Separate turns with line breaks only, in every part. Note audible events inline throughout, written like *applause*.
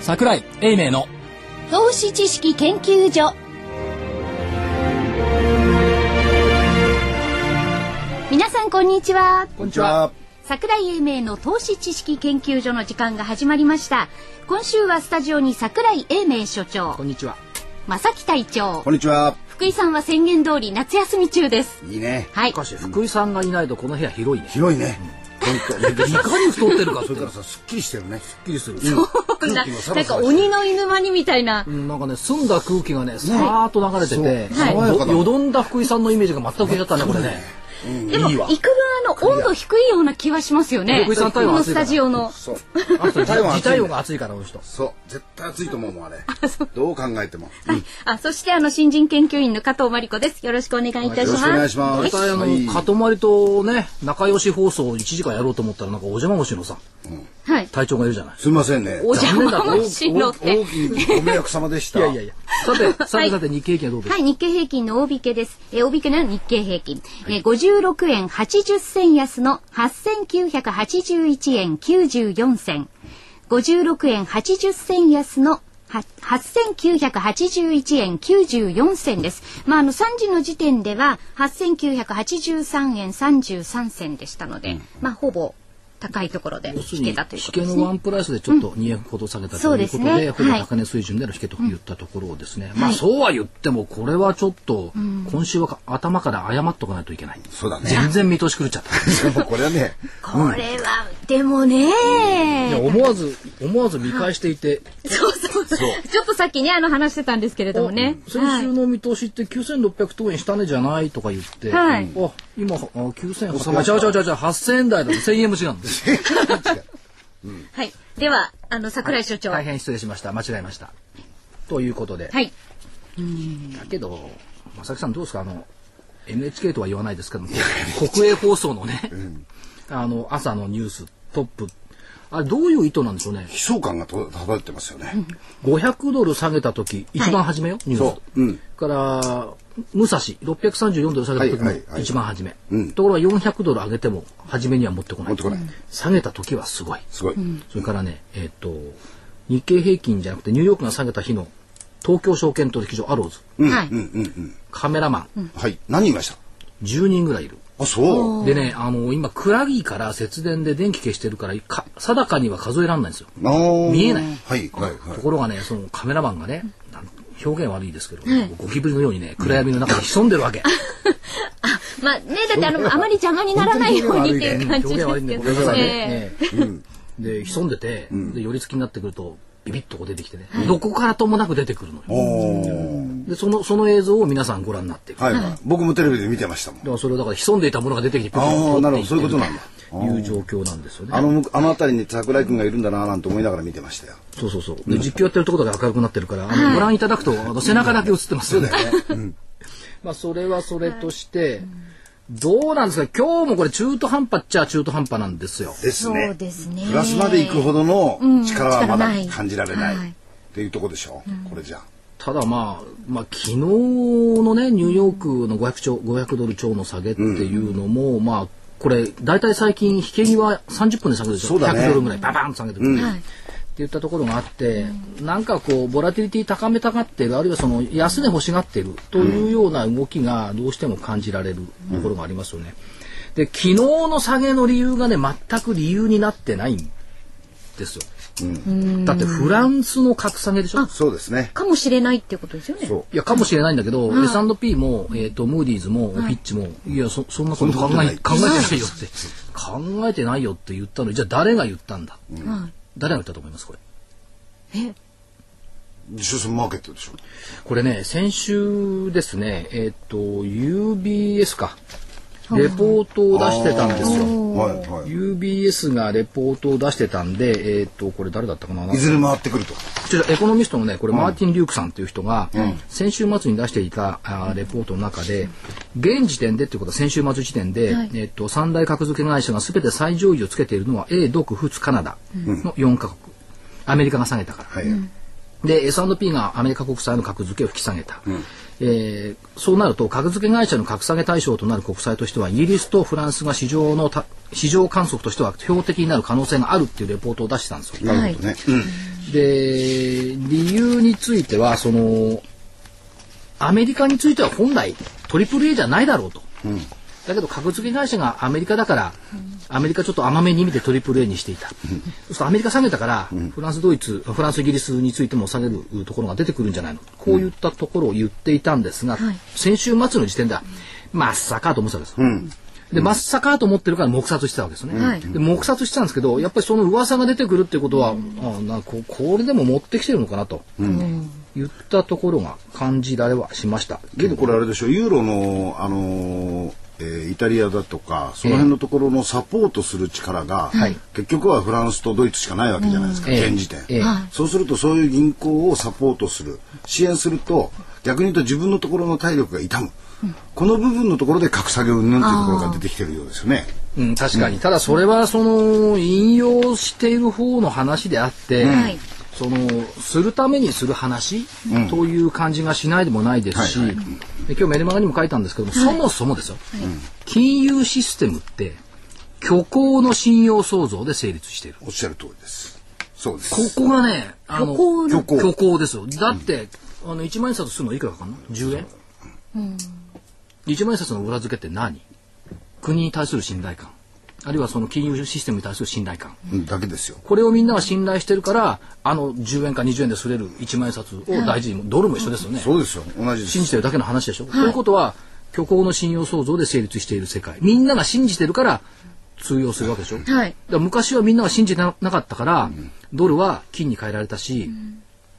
桜井英明の
投資知識研究所皆さんこんにちは
こんにちは。
桜井英明の投資知識研究所の時間が始まりました今週はスタジオに桜井英明所長
こんにちは。
正木隊長
こんにちは。
福井さんは宣言通り夏休み中です
いいね。
はい
しかし、福井さんがいないとこの部屋広いね。
広いね。
いかに太ってるか、 *laughs* そ
そ
れか
れからら
さ、
さ、すっきりしてるね。すっ
びっくりする。
こんな
空気もサ
な
バ
ん
サ
か
バしてる
鬼の犬間にみたいな
うんなんかね、澄んだ空気がね、さーっと流れてて、
はい
爽やかだ
よどんだ福井さんのイメージが全く消えちゃったね、これね。
でも、
いいわ
幾分あの温度低いような気はしますよね。
福井さん
こ
体温
の
熱い
ス
か
タ
ら
ジオの。
そう。
*laughs* あの人、
体温熱いんだよ
自体温が熱いから、この人。
そう。絶対暑いと思うもん、あれ。どう考えても。
はい。あ、そしてあの新人研究員の加藤真理子です。よろしくお願いいたし
よ
ま
ろしくお願い
す。
しま
大
す。
体あ
はい
の、かとまりとね、仲良し放送を1時間やろうと思ったら、なんかお邪魔虫のさ、
はい。
隊長がいるじゃない。
すみませんね。
お邪魔
残念だ
虫のって。
大きいご迷惑様でし
い
た。
やいやいや。さて、さてさて、日経平均はどうです
は
か
い、日経平均の大引けです。えー、大引けなら日経平均。えー、56円80銭安の8981円94銭。56円80銭安のは8981円94銭です。まあ、あの、3時の時点では8983円33銭でしたので、まあ、ほぼ高いところで
要する
引
に
けたという
引
こと
け
です
のワ
ね。
ンプライスでちょっと2円ほど下げたということ
そう
で,、
です
ほ
ね
ぼ
はい
高値水準での引けと言ったところですね、まあそうは言ってもこれはちょっと今週は頭から謝っとかないといけない、
そうだね。
全然見通し狂っち
*laughs*
ゃった
でもこれはね、
これは、でもね、
いや思わず思わず見返していて、
そうそうそう。ちょっとさっきね、あの話してたんですけれどもね。
先週の見通しって9600等円下値じゃないとか言って、
はい
あ今あ9000挟まれちゃうちゃうちゃうちゃう8000円台だと1000円も違うん
*laughs*
です
はい。では、あの、桜井所長。は
大
い。
変失礼しました間違えましたということで、だけど正木さんどうですかあの NHK とは言わないですけども国営放送のね、あの朝のニューストップあれどういう意図なんでしょうね
悲壮感がと漂ってますよね。
500ドル下げた時一番初めよ、ニュース
そ、ううん
から武蔵634ドル下げた時
はいはい
も
はい
一番初め、
うん
ところが400ドル上げても初めには持ってこない
持ってこない
下げた時はすごい
すごい。
それからね、えっ、と、日経平均じゃなくてニューヨークが下げた日の東京証券取引所アローズ、
はい。
うんうんうん。
カメラマン、
はい。何言いました
10人ぐらいいる。
あ、そう。
でね、あの、今、クラギから節電で電気消してるから、か定かには数えらんないんですよ。
あー
見えない
はい、はい、はい
と。ころがね、そのカメラマンがね、なん表現悪いですけど、ゴキブリのようにね、暗闇の中に潜んでるわけ。
まあ、ね、だってあの、あまり邪魔にならないようにっていう感じ
表
で
現悪いんで、
すけ *laughs*
ごめん
ど
なさい
ね。
ね。ええで、潜んでて、で、寄り付きになってくると、ビビッとこう出てきてね、どこからともなく出てくるのよ。
おー
で、その、その映像を皆さんご覧になってる。
はい、はい。僕もテレビで見てましたもん。
だからそれをだから潜んでいたものが出てきて、ピョンピョン
ああ、なるほど。
ピ
そう
ョ
いう
ン
こと
と
なんだ。
いう状況なんですよね。
あの、あの辺りに桜井くんがいるんだなぁなんて思いながら見てましたよ。
そうそうそう。で、実況やってるところだけ明るくなってるから、あのご覧いただくと、あの背中だけ映ってますよね。まあ、それはそれとして、どうなんですか今日もこれ中途半端っちゃ中途半端なんですよ。
です
そ
ね
う。ですね。
プラスまで行くほどの力はまだ
力ない
感じられない
はい
っていうとこでしょう。これじゃ。
ただまあ、まあ、昨日のね、ニューヨークの500兆、500ドル超の下げっていうのも、まあ、これ、大体最近、引け際30分で下げるでし
そ
ょ。
うだね
100ドルぐらい、ババンと下げてくる。
はい
って言ったところがあって、なんかこう、ボラティリティ高めたがってる、あるいはその、安値欲しがってるというような動きがどうしても感じられるところがありますよね。で、昨日の下げの理由がね、全く理由になってないんですよ。だってフランスの格下げでしょ
そうですね。
かもしれないってことですよね。
そう。
いや、かもしれないんだけど、S&P も、えっ、と、ムーディーズも、フィッチも、いや、そ、そんなこと考
そんなことな
え、
い
考えてないよって、考えてないよって言ったのに、じゃあ誰が言ったんだ、
はい
誰が言ったと思います、これ。
自主マーケットでしょ。
これね、先週ですね、えっ、と、UBS か、レポートを出してたんですよ。
はいはい。
UBS がレポートを出してたんで、えっ、と、これ誰だったかななんか
いずれ回ってくると。
ちょっとエコノミストのねこれマーティン・リュークさんという人が先週末に出していたあーレポートの中で現時点でということは先週末時点で、えっと三大格付け会社が全て最上位をつけているのは A 独仏カナダの4カ国アメリカが下げたから、
はい。
で、S&P がアメリカ国債の格付けを引き下げた。えーそうなると、格付け会社の格下げ対象となる国債としては、イギリスとフランスが市場のた、市場観測としては標的になる可能性があるっていうレポートを出したんですよ。
なるほどね。
で、理由については、その、アメリカについては本来、AAA じゃないだろうと。だけど、格付け会社がアメリカだから、アメリカちょっと甘めに見て AAA にしていた。そうするとアメリカ下げたから、フランス、ドイツ、フランス、イギリスについても下げるところが出てくるんじゃないのこういったところを言っていたんですが、先週末の時点では、まっさかと思ってたんです。で、まっさかと思ってるから黙殺してたわけですね。
はい
で黙殺してたんですけど、やっぱりその噂が出てくるっていうことは、あなここれでも持ってきてるのかなと、言ったところが感じられはしました。
けどこれあれでしょ、ユーロの、あのーえーイタリアだとか、その辺のところのサポートする力が、
はい
結局はフランスとドイツしかないわけじゃないですか、
うんええ
現時点、
ええは
そうするとそういう銀行をサポートする、支援すると、逆に言うと自分のところの体力が痛む。この部分のところで格下げうんぬんというところが出てきてるようですよね。
うん、確かに。ただそれは、その、引用している方の話であって、
はい
その、するためにする話、という感じがしないでもないですし、
はい
で今日メルマガにも書いたんですけども、そもそもですよ、金融システムって、虚構の信用創造で成立している。
おっしゃる通りです。そうです。
ここがね、あの、
虚
構
虚構ですよ。だって、あの、一万円札するのいくらかかんの ?10 円一、万円札の裏付けって何国に対する信頼感。あるいはその金融システムに対する信頼感。
うんだけですよ。
これをみんなが信頼してるから、あの10円か20円で擦れる一万円札を大事に、ドルも一緒ですよね。
そうですよ。同じです。
信じてるだけの話でしょ。ということは、虚構の信用創造で成立している世界。みんなが信じてるから通用するわけでしょ。
はい。
だから昔はみんなが信じてななかったから、ドルは金に変えられたし、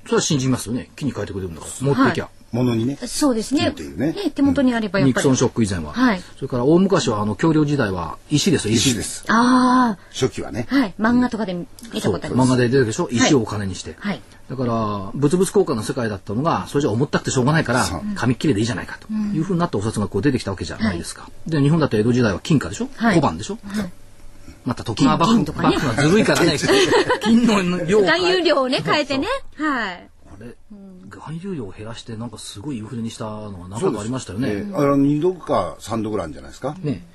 それは信じますよね金に変えてくれるんだから持ってきゃ、
ものにね。
そうですね。
っていうね
ね手元にあればやっ
ニ
ぱ
クソ
り。
ン
あ
ショック以前は、
はい
それから大昔はあの恐竜時代は石ですよ石
石です。
あ
初期はね
ー、。はい。漫画とかで見た
そう
ことありま
漫
す。
画で出てくるでしょ石をお金にして、
はい。
だから物々交換の世界だったのがそれじゃ重ったくてしょうがないから
そう
紙切れでいいじゃないかというふうになったお札がこう出てきたわけじゃないですか、で日本だと江戸時代は金貨でしょ、
はい
小判でしょ、また徳川幕府
金とかね
幕府はずるい
*laughs*
からね金の量を変え
含有量をね、変えてね。はい。
あれ、含有量を減らして、なんかすごいインフレにしたのが何回かありましたよね。
えーあの二度か三度ぐらいあるんじゃないですか。
ね、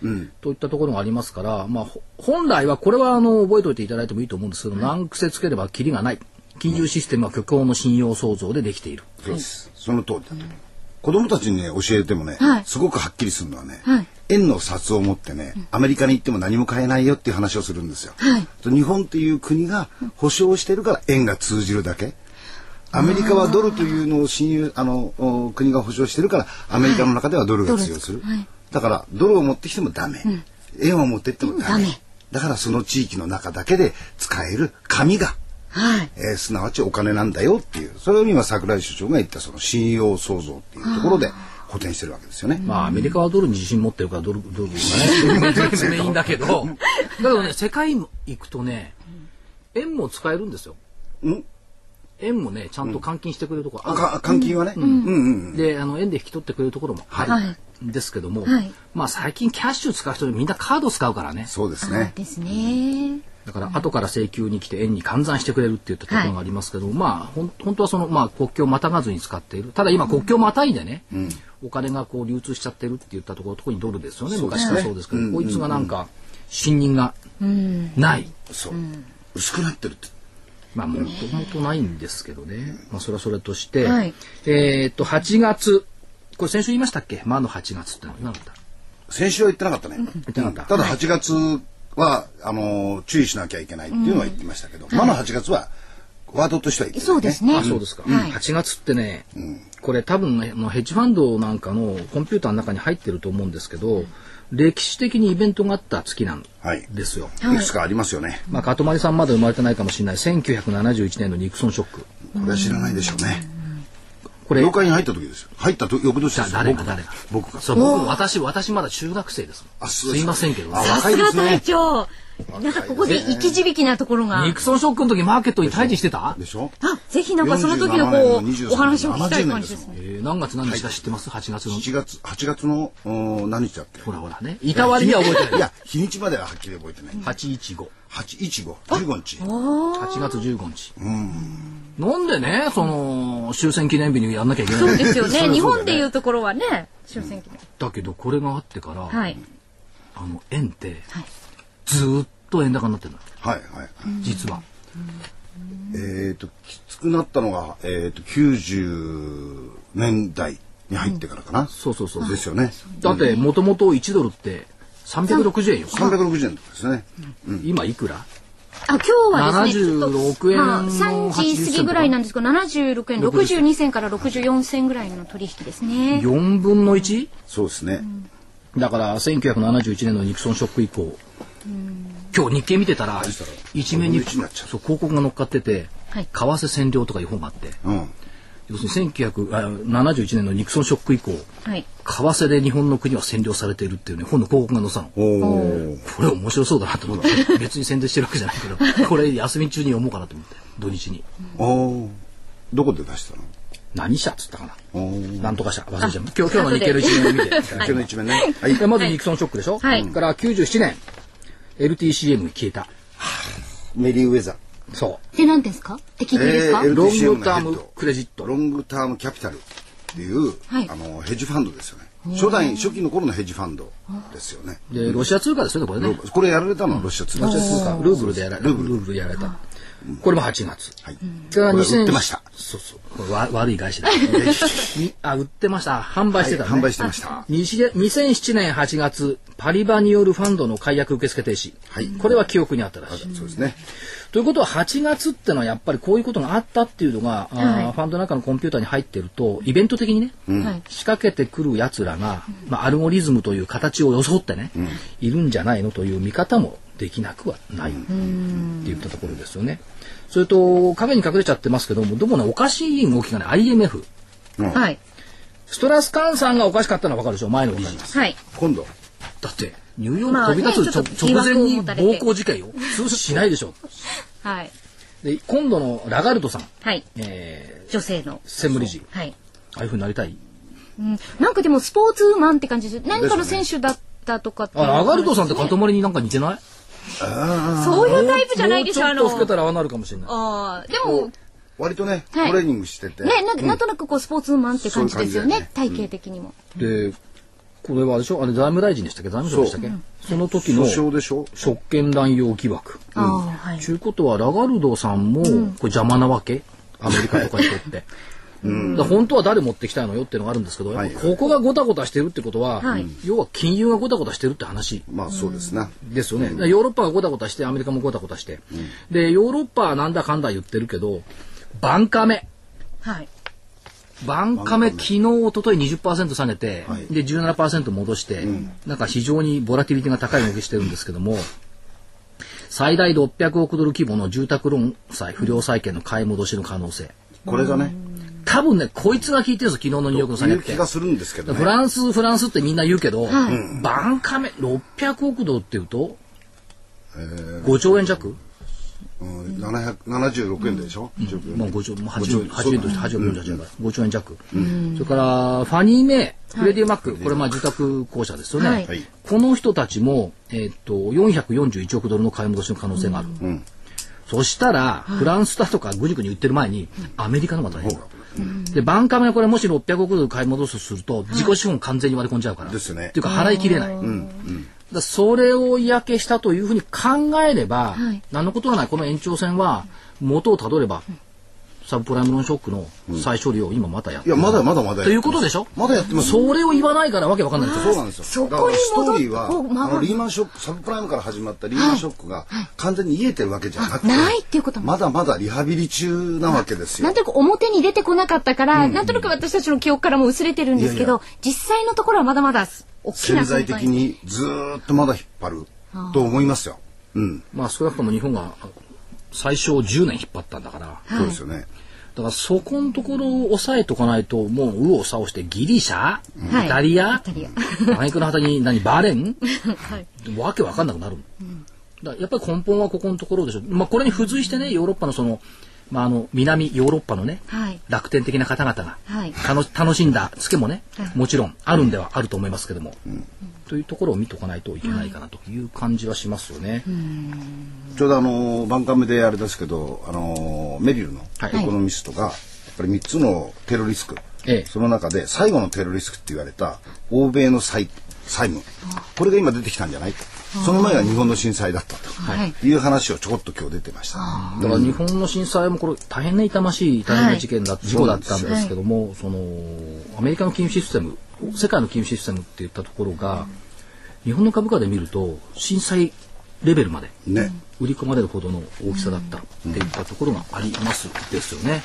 といったところがありますから、まあ、ほ本来はこれはあの覚えておいていただいてもいいと思うんですけど、難癖つければキリがない金融システムは虚構の信用創造でできている、
そうです。その通りだと。子供たちにね教えてもね、
はい
すごくはっきりするのはね、
はい
円の札を持ってね、アメリカに行っても何も買えないよっていう話をするんですよ。と日本っていう国が保証してるから円が通じるだけ。アメリカはドルというのを親友あのお国が保証してるからアメリカの中ではドルが通用する。だからドルを持ってきてもダメ、円を持ってってもダメ。だからその地域の中だけで使える紙が
はい。
えーすなわちお金なんだよっていうそれを今桜井所長が言ったその信用創造っていうところで補填してるわけですよね。
まあアメリカはドルに自信持ってるからドルドルが *laughs* ねメインだけどだけどね世界に行くとね円も使えるんですよ
うん
円もねちゃんと換金してくれるとこある、
か換金はね、うんうんうん
であの円で引き取ってくれるところもある
はい
んですけども、
はい
まあ、最近キャッシュ使う人みんなカード使うからね
そうです
あ
ね
ー。ですね。
だから後から請求に来て円に換算してくれるっていったところがありますけど、まあほん本当はその、まあ、国境をまたがずに使っているただ今国境をまたいでね、お金がこう流通しちゃってるって言ったところ特にドルですよね昔からそうですけど、こいつがなんか信任がない。
そう、薄くなってるって。
まあ、もともとないんですけどね。まあ、それはそれとして、
はい
えーっと、8月、これ先週言いましたっけ魔の8月ってのは何だった
先週は言ってなかったね。言
ってなかった
だ8月はあのー注意しなきゃいけないっていうのは言ってましたけど、まだ8月はワードとしては言ってない
そうです。ね。
あ、そうですか。
はい
8月ってね、これ多分ね、あのヘッジファンドなんかのコンピューターの中に入ってると思うんですけど、歴史的にイベントがあった月なん
はい。
ですよ。
いくつかありますよね。
まあ、かとまりさんまだ生まれてないかもしれない、1971年のニクソンショック。
これは知らないでしょうね。
これ、
業界に入った時ですよ。入ったと翌年ですよ。
誰が
僕
誰が
僕が。
そう僕も私、私まだ中学生ですもん。
あそうです
すいませんけど、
あ
さすが隊長。なんかここで生き字引きなところが
ニ。クソンショックの時マーケットに退治してた
でしょ
あ、ぜひなんかその時のこ
47年の23
う、お話を聞きたい感じです
70
ね。
えー何月何日か知ってます ?8 月の。
7月、8月のうん何日だっけ
ほらほらね。いたわりには覚えてないい。
や、日にちまでははっきり覚えてない。
815。
815、15日。
8月15日。なんでね、その、終戦記念日にやんなきゃいけないんだ
そうですよ
そうだ
ね。
ね
日本でいうところはね、終戦記念。
だけどこれがあってから、
はい。
あの円ってずーっと円高になってるの
はいはい。
実は、
えっと、きつくなったのが、えっと、90年代に入ってからかな。
そうそうそう
ですよね。
だってもともと1ドルって360円よ、
360円ですね。
今いくら
あ、今日はですね、ちょっと
76円
まあ、3時過ぎぐらいなんですけど、76円、62銭から64銭ぐらいの取引ですね。
4分の 1?
そうですね。
だから1971年のニクソンショック以降今日日経見てたら
したら
一面に
5分の1になっちゃう
そう広告が乗っかってて
はい
為替占領とかいう本があって
うん。
要するに1971年のニクソンショック以降
はい。
為替で日本の国は占領されているっていうね本の広告が載せたの
おお。
これ面白そうだなと思って別に宣伝してるわけじゃないけどこれ休み中に読もうかなと思って土日に
おーどこで出したの
何社っつったかな
おー
なんとか社忘れちゃう今日今日の日経の一面を見て
今日の一面ね。はい。
でまずニクソンショックでしょ、
はい
から97年 LTCM に消えた
メリーウェザ
そ
で、何ですかって聞いていいですか、
えー
うロングター
LTCM のヘ
ム
ッド
クレジッ
ー、
ト
ロングタームキャピタルっていう、
はい
あの、ヘッジファンドですよね。初代、初期の頃のヘッジファンドですよね。
でロシア通貨ですよねこれね
これやられたのはロシア通貨
ロシア
です
通貨ルーブルでやられたルーブルやられたこれも8月
はい。
それは
これ
2000
売ってました
そうそうこれわ悪い会社
*laughs*
だにあ売ってました販売してたね、
はい販売してました
にし2007年8月パリバによるファンドの解約受付停止、
はい
これは記憶にあったらしい、
そうですね。
ということは8月ってのはやっぱりこういうことがあったっていうのが、あーファンドの中のコンピューターに入ってるとイベント的にね、仕掛けてくるやつらが、まあ、アルゴリズムという形を装ってね、いるんじゃないのという見方もできなくはないって言ったところですよね。それと影に隠れちゃってますけどもどうもねおかしい動きがね IMF
はい。
ストラスカーンさんがおかしかったのは分かるでしょ前の話です
はい。
今度、
だってニューヨーク飛び立つちょ、
まあねちょ
直前
っと疑惑を
に
持たれて
暴行事件よ通知しないでしょ
はい。
で今度のラガルドさん、
はい。
えー、
女性の。
専務理事
はい。
ああいうふうになりたい
うんなんかでもスポーツマンって感じです。何かの選手だったとかっていう
あ
話
ラガルドさんって塊になんか似てない
そういうタイプじゃないでしょ、
も
あ
うちょっ
の
と老。けたらああなるかもしれない
ああ、でも、
割とね、ト
はい
レーニングしてて。
ね、なんかなんとなくこうスポーツマンって感じですよね、
そういう
体型的にも。
でこれはあれでしょあれ財務大臣でしたっけ財務省でしたっけその時の
訴訟でしょ
職権乱用疑惑
ああ、はい。
ちゅうことはラガルドさんもこれ邪魔なわけアメリカとかにと *laughs* って。だから本当は誰持ってきたいのよっていうのがあるんですけど、
はい
ここがごたごたしてるってことは、
はい
要は金融がごたごたしてるって話
まあそうですな。
ですよね、ヨーロッパがごたごたしてアメリカもごたごたして、でヨーロッパはなんだかんだ言ってるけどバンカメ
はい。
バンカメ昨日一昨日20%下げて、
はい
で17%戻して、なんか非常にボラティリティが高い動きしてるんですけども最大600億ドル規模の住宅ローン債不良債権の買い戻しの可能性
これがね、
多分ねこいつが聞いてるんですよ昨日のニューヨークの下げ
い
っ
う
て
気がするんですけど
フ
ね。
ランスフランスってみんな言うけど、バンカメ600億ドルっていうと5兆円弱、
うん776円でしょ10分
まあ、5兆、まあ、8
兆
円、8円として8億円じゃない5兆円弱。それから、ファニーメイ、フレディマック、これまあ住宅公社ですよね。
はい
はい
この人たちも、えーっと、441億ドルの買い戻しの可能性がある。そしたら、フランスだとかグジグに言ってる前に、アメリカの方が大変だ。で、バンカメがこれもし600億ドル買い戻すとすると、自己資本完全に割り込んじゃうから。
ですよね
っていうか、払い切れない。だからそれを嫌気したというふうに考えれば、何のことはないこの延長戦は元をたどれば、サブプライムローンショックの再処理を今またやって
いや、まだまだまだやってます。
ということでしょ
まだやってます。
それを言わないからわけわかんないんです
そう
よ
なんですよ。
そ
だか
こ
ら
に
スト
戻
ー
っ
リ
て
ーは、
こう
あ
回
の
る
リーマンショック、サブプライムから始まったリーマンショックが完全に癒えてるわけじゃなくて、
ないっていうことも
まだまだリハビリ中なわけです
なん
よ。
となく表に出てこなかったから、なんとなく私たちの記憶からも薄れてるんですけど、実際のところはまだまだ大きな
潜在
存
的
在。
にずーっとまだ引っ張ると思いますよ。うん。
まあ少なくとも日本が最初10年引っ張ったんだから
そうですよね。
だからそこのところを押さえとかないともう右往左往してギリシャ、
はい
イタリア
イタリア
挙句の果てに何バーレン、わけわかんなくなる、だからやっぱり根本はここのところでしょう。まあ、これに付随してね、ヨーロッパのその、まあ、あの、南ヨーロッパのね、
はい
楽天的な方々が、
はい
たの楽しんだツケもね、もちろんあるんではあると思いますけども、というところを見とかないといけないかなという感じはしますよね。
ちょうどあの番組であれですけどあのメリルの
は
エ
い
コノミストがやっぱり3つのテロリスク、
ええ
その中で最後のテロリスクって言われた欧米の債債務これが今出てきたんじゃないとその前が日本の震災だったという話をちょこっと今日出てました、
だから日本の震災もこれ大変な痛ましい大変な事件だ、事故だったんですけども、そのアメリカの金融システム世界の金融システムって言ったところが、日本の株価で見ると震災レベルまで
ね
売り込まれるほどの大きさだったっていったところがありますですよね。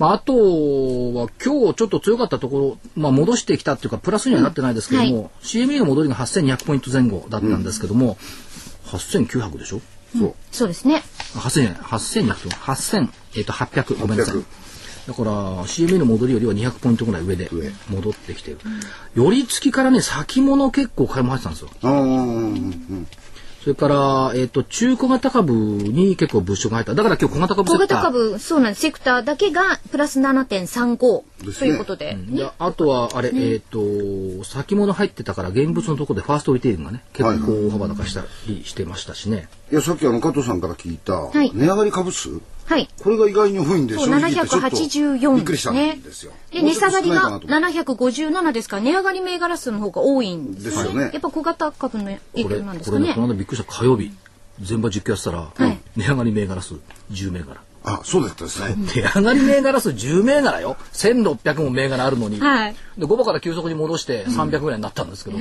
まあ、あとは今日ちょっと強かったところ、まあ、戻してきたっていうかプラスにはなってないですけども、CME の戻りが8200ポイント前後だったんですけども、8900でしょ
そう
そうですね。
8000円、8200と、8000、えっ、と、800、ごめんなさい
800。
だから、CMA の戻りよりは200ポイントぐらい上で
上
戻ってきてる。寄り付きからね、先物結構買いも入ってたんですよ。
あーうんうん
それから、えっ、と、中小型株に結構物色が入った。だから今日小型株
小
セクター。
型株、そうなんです。セクターだけがプラス
で
7.35
す
と
ね
いうことで。
であとは、あれ、えっ、と、先物入ってたから、現物のところでファーストリテイリングがね、結構大幅高したりしてましたしね。
いやさっきあの加藤さんから聞いた、
い
値上がり株数
はい。
これが意外に多いんで
そう、
正直言ってちょっと
784
びっくりしたんですよ。
ねで、
もう
値
ちょ
下
っ
が
と
り
少ないか
が
なと思って
757ですから、値上がり銘柄数の方が多いんです
ですよ
よ
ね
ね。やっぱ小型株の影
これ、
響なんです
こ
か
れね、
ね
こ。の間びっくりした火曜日、全場実況やってたら、
はい
値上がり銘柄数10銘柄。
あ、そうだったですね。
手上がり銘柄数10銘柄よ1600も銘柄あるのに、
はい
で5番から急速に戻して300ぐらいになったんですけど、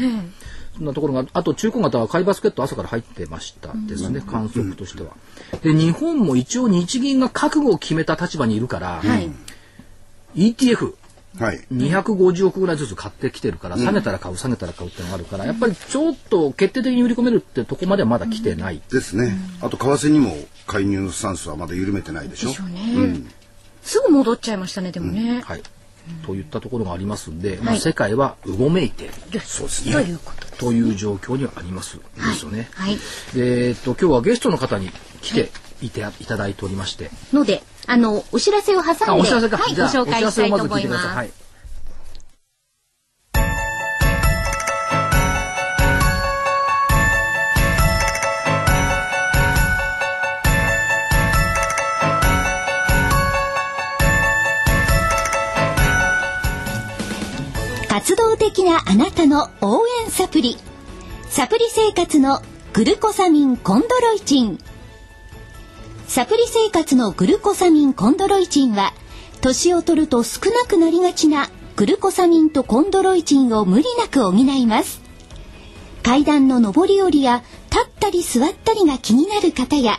そんなところがあと中古型は買いバスケット朝から入ってましたですね、観測としては。で日本も一応日銀が覚悟を決めた立場にいるから、ETF
はい。
250億ぐらいずつ買ってきてるから、下げたら買う、下げたら買うってのがあるから、やっぱりちょっと決定的に売り込めるってとこまではまだ来てない。
ですね。あと為替にも介入のスタンスはまだ緩めてないでしょ。
すぐ戻っちゃいましたね、でもね。
はい。といったところがありますんで、まあ、世界はうごめいている
そうです
と
ね。
いうことで。
という状況にはありますですよね。
はい。
でえっと今日はゲストの方に来ていていただいておりまして、
ので、あの、お知らせを挟んで、
あ
はい、
お
ご
知らせか、じゃあ
紹介したいと思い
お知らせをず聞てください
ま
は
す。
い
活動的なあなたの応援サプリサプリ生活のグルコサミンコンドロイチンサプリ生活のグルコサミンコンドロイチンは年を取ると少なくなりがちなグルコサミンとコンドロイチンを無理なく補います階段の上り下りや立ったり座ったりが気になる方や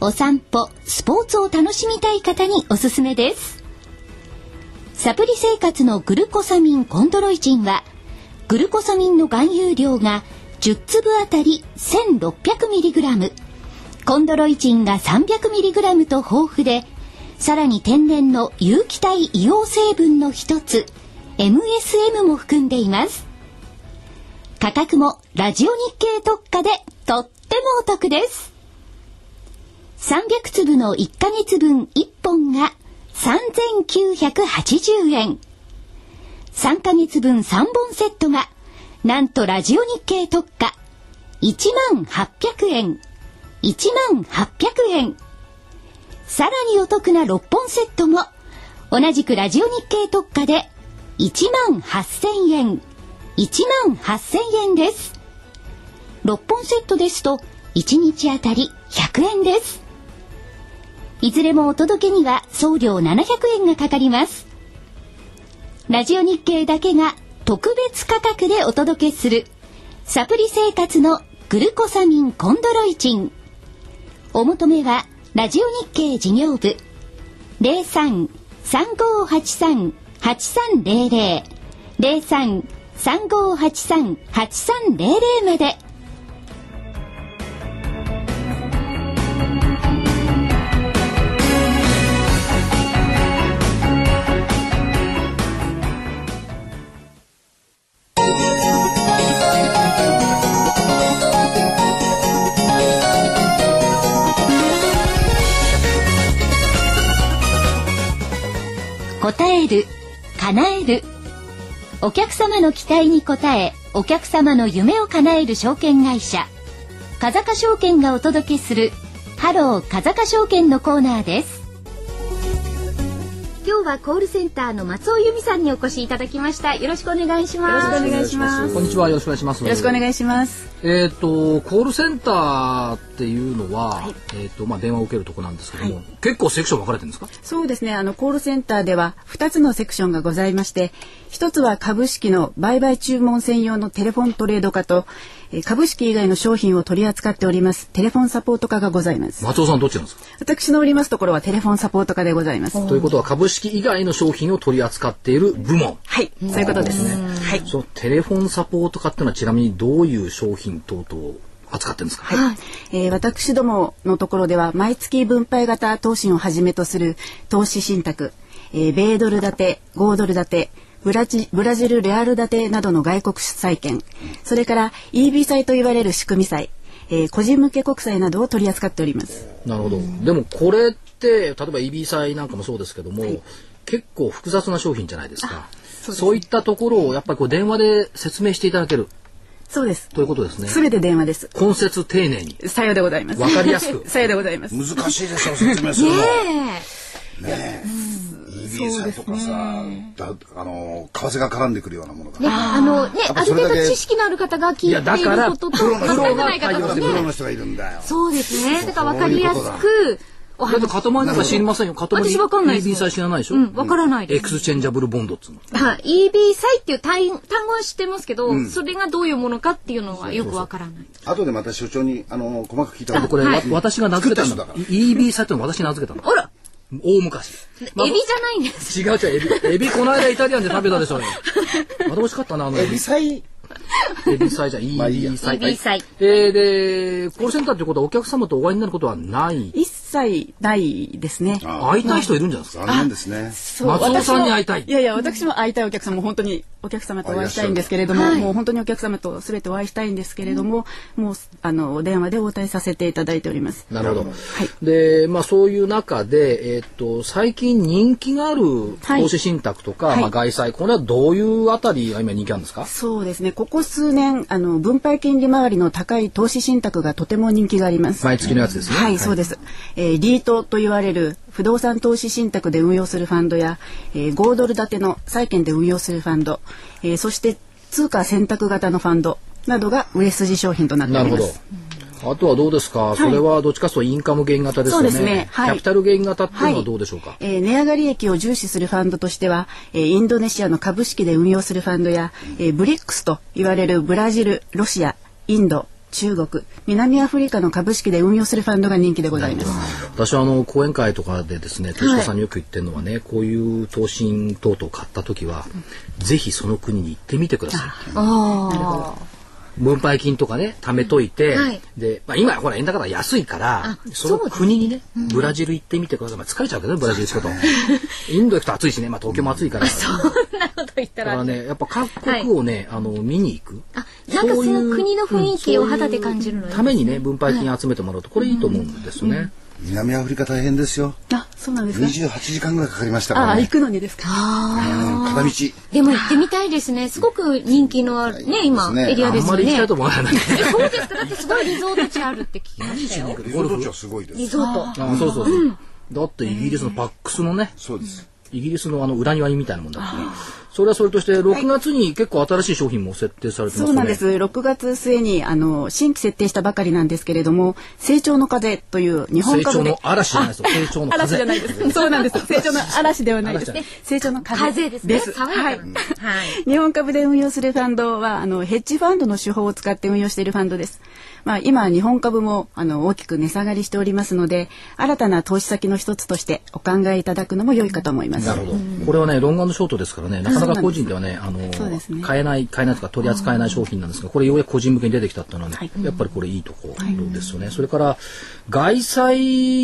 お散歩スポーツを楽しみたい方におすすめですサプリ生活のグルコサミンコンドロイチンはグルコサミンの含有量が10粒あたり 1600mg コンドロイチンが 300mg と豊富でさらに天然の有機体硫黄成分の一つ MSM も含んでいます価格もラジオ日経特価でとってもお得です300粒の1ヶ月分1本が3980円。3ヶ月分3本セットが、なんとラジオ日経特価、10800円。10800円。さらにお得な6本セットも、同じくラジオ日経特価で、18000円。18000円です。6本セットですと1日あたり100円ですいずれもお届けには送料700円がかかりますラジオ日経だけが特別価格でお届けするサプリ生活のグルコサミンコンドロイチンお求めはラジオ日経事業部03-3583-8300 03-3583-8300まで
「
える叶えるお客様の期待に応えお客様の夢を叶える証券会社風賀証券がお届けするハロー風賀証券のコーナーです
今日はコールセンターの松尾由美さんにお越しいただきました。よろしくお願いします。
よろしくお願いします。よ
こんにちは、よろしくお願いします。
ろしくお願いします。
えっ、と、コールセンターっていうのは、えっ、と、まあ、電話を受けるとこなんですけども、結構セクション分かれてるんですか
そうですね。あの、コールセンターでは2つのセクションがございまして、1つは株式の売買注文専用のテレフォントレード化と、えー株式以外の商品を取り扱っておりますテレフォンサポート課がございます。
松尾さんどっちなんですか
私のおりますところはテレフォンサポート課でございます。
ということは、株式以外の商品を取り扱っている部門。
はい、そういうことです。はい。
そのテレフォンサポート化っていうのはちなみにどういう商品等々を扱ってるんですか、
はいえー私どものところでは毎月分配型投資をはじめとする投資信託、えー米ドル建て豪ドル建てブラジブラジルレアル建てなどの外国債券それから EB 債といわれる仕組み債、えー個人向け国債などを取り扱っております。
なるほど。でもこれって、例えば EB 債なんかもそうですけども、結構複雑な商品じゃないですか。そういったところをやっぱりこう電話で説明していただける
そうです。
ということですね。
すべて電話です。
根節丁寧に。
さようでございます。
わかりやすく
*laughs* さようでございます。
難しいでしょ説明するの。ねえ。EB さんとかさ、だあの為替が絡んでくるようなものが。
ね、あのね、
やっ
あ
ぱ
る
それ
程
だけ
度知識のある方が聞いてい
やだから
ることと、
プロの人
そうでない方
要
と
するにプロ
ね。
の人がいるんだよ。
そうですね。だから分かりやすく、お
だって
話、
塊なんか知りませんよ。塊
私わかんないです
EB 債知らないでしょ、
うん、分からない
エ
です。
クスチェンジャブルボンドっつうの。
はい、EB 債っていう単単語は知ってますけど、それがどういうものかっていうのはよく分からない。
後でまた所長にあの細かく聞いた
あとこれ、
はい
わ私が名付けたん
作
だ
った人だか。
EB 債ってのは私が名付けたの。
あら、
大昔。ま
エビじゃないんです。
違う違う、エビ。エビこの間イタリアンで食べたでし
*laughs*
ょうよ。あれ美味しかったな、あのエビ。
サイ
エビサイじゃん、イ
まあい
ー
いや
ビーサイ。
EB サイ
えーで、コールセンターってことはお客様とお会いになることはない。
一切ないですね。
会いたい人いるんじゃないですか
残念ですね。
そう
松尾さんに会いたい
私もいやいや、私も会いたいお客様、本当にお客様とお会いしたいんですけれども、もう本当にお客様とすべてお会いしたいんですけれども、もう、あの、お電話で応対させていただいております。
なるほど。で、まあそういう中で、えーっと、最近人気がある
はい
投資信託とか、
はい
まあ外債、これはどういうあたりが今人気あるんですか
そうですね、ここ数年、あの、分配金利回りの高い投資信託がとても人気があります。
毎月のやつですね。
はい、そうです。えーリートと言われる不動産投資信託で運用するファンドや、えー、5ドル建ての債券で運用するファンド、えーそして通貨選択型のファンドなどが売れ筋商品となって
な
おり
る
ま
ほ
す。
ど。あとはどうですか、それはどっちかというとインカムゲイン型ですよね。
そうですねは
キ
い
ャピタルゲイン型っていうのはどうでしょうか、
えー値上がり益を重視するファンドとしては、えーインドネシアの株式で運用するファンドや、えーブリックスと言われるブラジル、ロシア、インド、中国、南アフリカの株式で運用するファンドが人気でございます。
私はあの講演会とかでですね投資家さんによく言ってるのはね、こういう投信等々買った時は、ぜひその国に行ってみてくださいっていう分配金とかね貯めといて、
はい
で、まあ、今ほら円高だから安いからその国にねブラジル行ってみてください、まあ、疲れちゃうけどねブラジル行くと、インド行くと暑いしね、まあ、東京も暑いから、
*laughs* そんなこと言った。
だかららねやっぱ各国をね、あの見に行く
あなんかその国の雰囲気を肌で感じるの
うん
よ
そういうためにね分配金集めてもらうとこれいいと思うんですよね。
南アフリカ大変ですよ。
あ、そうなんですか。
28時間ぐらいかかりましたか
あ、
ら
行
ね。
くのにですか。
うん片道。
でも行ってみたいですね。すごく人気のあるね、今、
ですね
エリア
あ
で
ん
す
ま
よ
り行きた
ね
い。と思わない。
そうですか。だってすごいリゾート地あるって聞きましたよ。
リゾート地はすごいで
リ
す。
ゾート。
あそうそうそう、だってイギリスのパックスのね
そうです。
イギリスのあの裏庭にみたいなもんだからねそれはそれとして6月に結構新しい商品も設定されてます
そ
よね
うなんです。6月末に、あの、新規設定したばかりなんですけれども、成長の風という日本
成長
株で
の。嵐じゃないですよ成長の風
嵐じゃないです。そうなんです。成長の嵐ではないです。成長の風
風ですね。爽やかな。はい。
日本株で運用するファンドはあのヘッジファンドの手法を使って運用しているファンドです。まあ、今日本株もあの大きく値下がりしておりますので新たな投資先の一つとしてお考えいただくのも良いかと思います。
なるほどこれはねロングショートですからねなかな
そうなん
か
です
個人ではね、あの
そうですね
買えない、買えないとか取り扱えない商品なんですが、これようやく個人向けに出てきたっていうのはね、
はい
やっぱりこれいいところですよね。それから、外菜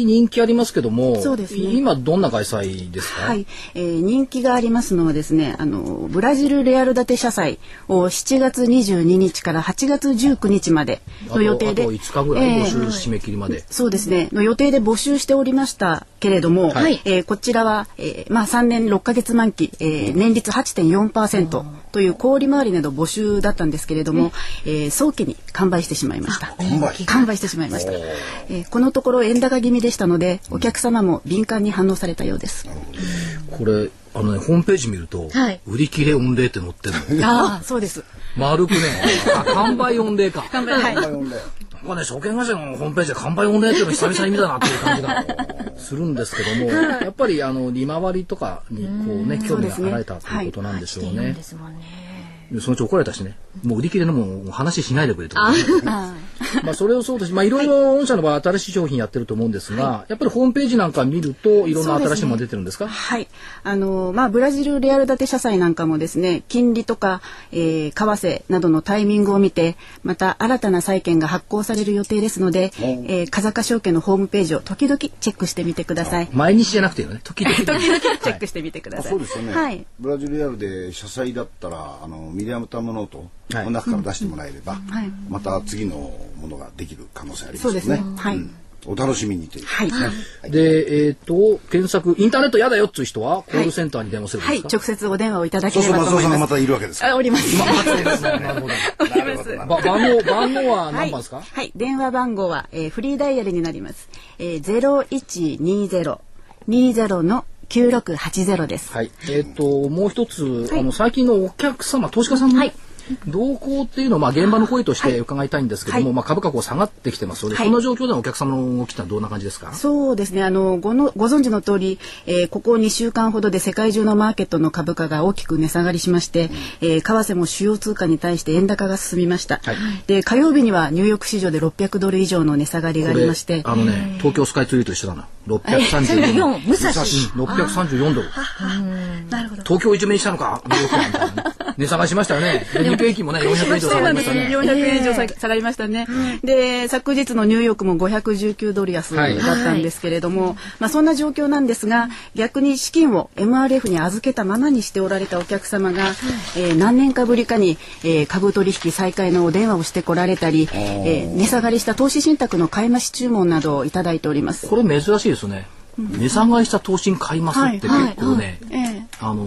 人気ありますけども、
そうですね
今どんな外菜ですか、
はい、えー人気がありますのはですねあのブラジルレアル建て社債を7月22日から8月19日まで
あ
の
と
予定で
あと5日ぐらい、
えー
募集締め切りまで。
そうですねの予定で募集しておりましたけれども、
はい
えーこちらは、えーまあ、3年6ヶ月満期、えー年率8.4%という小売回りなど募集だったんですけれども、えー早期に完売してしまいました。
完売
完売してしまいました、えーこのところ円高気味でしたのでお客様も敏感に反応されたようです、
これ、あのね、ホームページ見ると、
はい
売り切れ御礼って載ってるの。
ああそうです
丸くね、あ完売御礼か。
完売はい
なんかね、証券会社のホームページで完売御礼っていうの久々に見たなっていう感じがするんですけども、やっぱりあの利回りとかにこうね、興味があられたということなんでしょうね。
ですもんね。
そのうち怒られたしね、もう売り切れのもう話しないでくれとかね、まあそれをそうとして、まあいろいろ御社の場合新しい商品やってると思うんですが、やっぱりホームページなんか見るといろんな新しいもの出てるんですか
はい。あの、まあ、ブラジルレアル建て社債なんかもですね、金利とか、えー為替などのタイミングを見て、また新たな債券が発行される予定ですので、えー、風邪証券のホームページを時々チェックしてみてください。
毎日じゃなくていいのね、時々。
時
*laughs*
々チェックしてみてくだ
あ
*laughs* さい。
そうですよね、
はい。
ブラジルリアルで社債だったらあのミディアムタームノート
はい
の中から出してもらえれば、
はい
また次のものができる可能性あります
そ
よ
う
ね
ですね。はい。
うんお楽しみにという
はい。
で、えっ、と、検索、インターネットやだよっつう人は、コールセンターに電話するん
は
で
い。
すか、
直接お電話をいただけ
そうする
れば
と
と
松尾
思い
さんが
ま。
ますたいるわけですから
あ、おります。
なるほど。
*laughs* おります。
ば番号、番号は何番ですか、
はい、はい電話番号は、えーフリーダイヤルになります。えー、ゼロ一二ゼロ二ゼロの九六八ゼロです。
はい、えっ、と、もう一つ、
はい
あの、最近のお客様、投資家さんの、動向っていうのを、まあ、現場の声として伺いたいんですけども、
はい
まあ、株価こう下がってきてますので、
はい
そんな状況でのお客様の動きってのはどんな感じですか
そうですねあのごのご存知の通り、えーここ2週間ほどで世界中のマーケットの株価が大きく値下がりしまして、えー為替も主要通貨に対して円高が進みました、
はい
で火曜日にはニューヨーク市場で600ドル以上の値下がりがありまして
あのね、東京スカイツリーと一緒だな。634ドル。
武蔵。
うん634ドル。東京一面にしたの
*laughs*
か、ニューヨークはみたいなね値下がりしましたよね。で日経平均もね、400円以上下がりましたね。
400円以上下がりましたね。で、昨日のニューヨークも519ドル安だったんですけれども、まあそんな状況なんですが、逆に資金を MRF に預けたままにしておられたお客様が、えー何年かぶりかに、えー株取引再開のお電話をしてこられたり、えー値下がりした投資信託の買い増し注文などをいただいております。
これ珍しいですね。値下がりした投資に買いますって
はい
結構ね、
はいはいええ
あの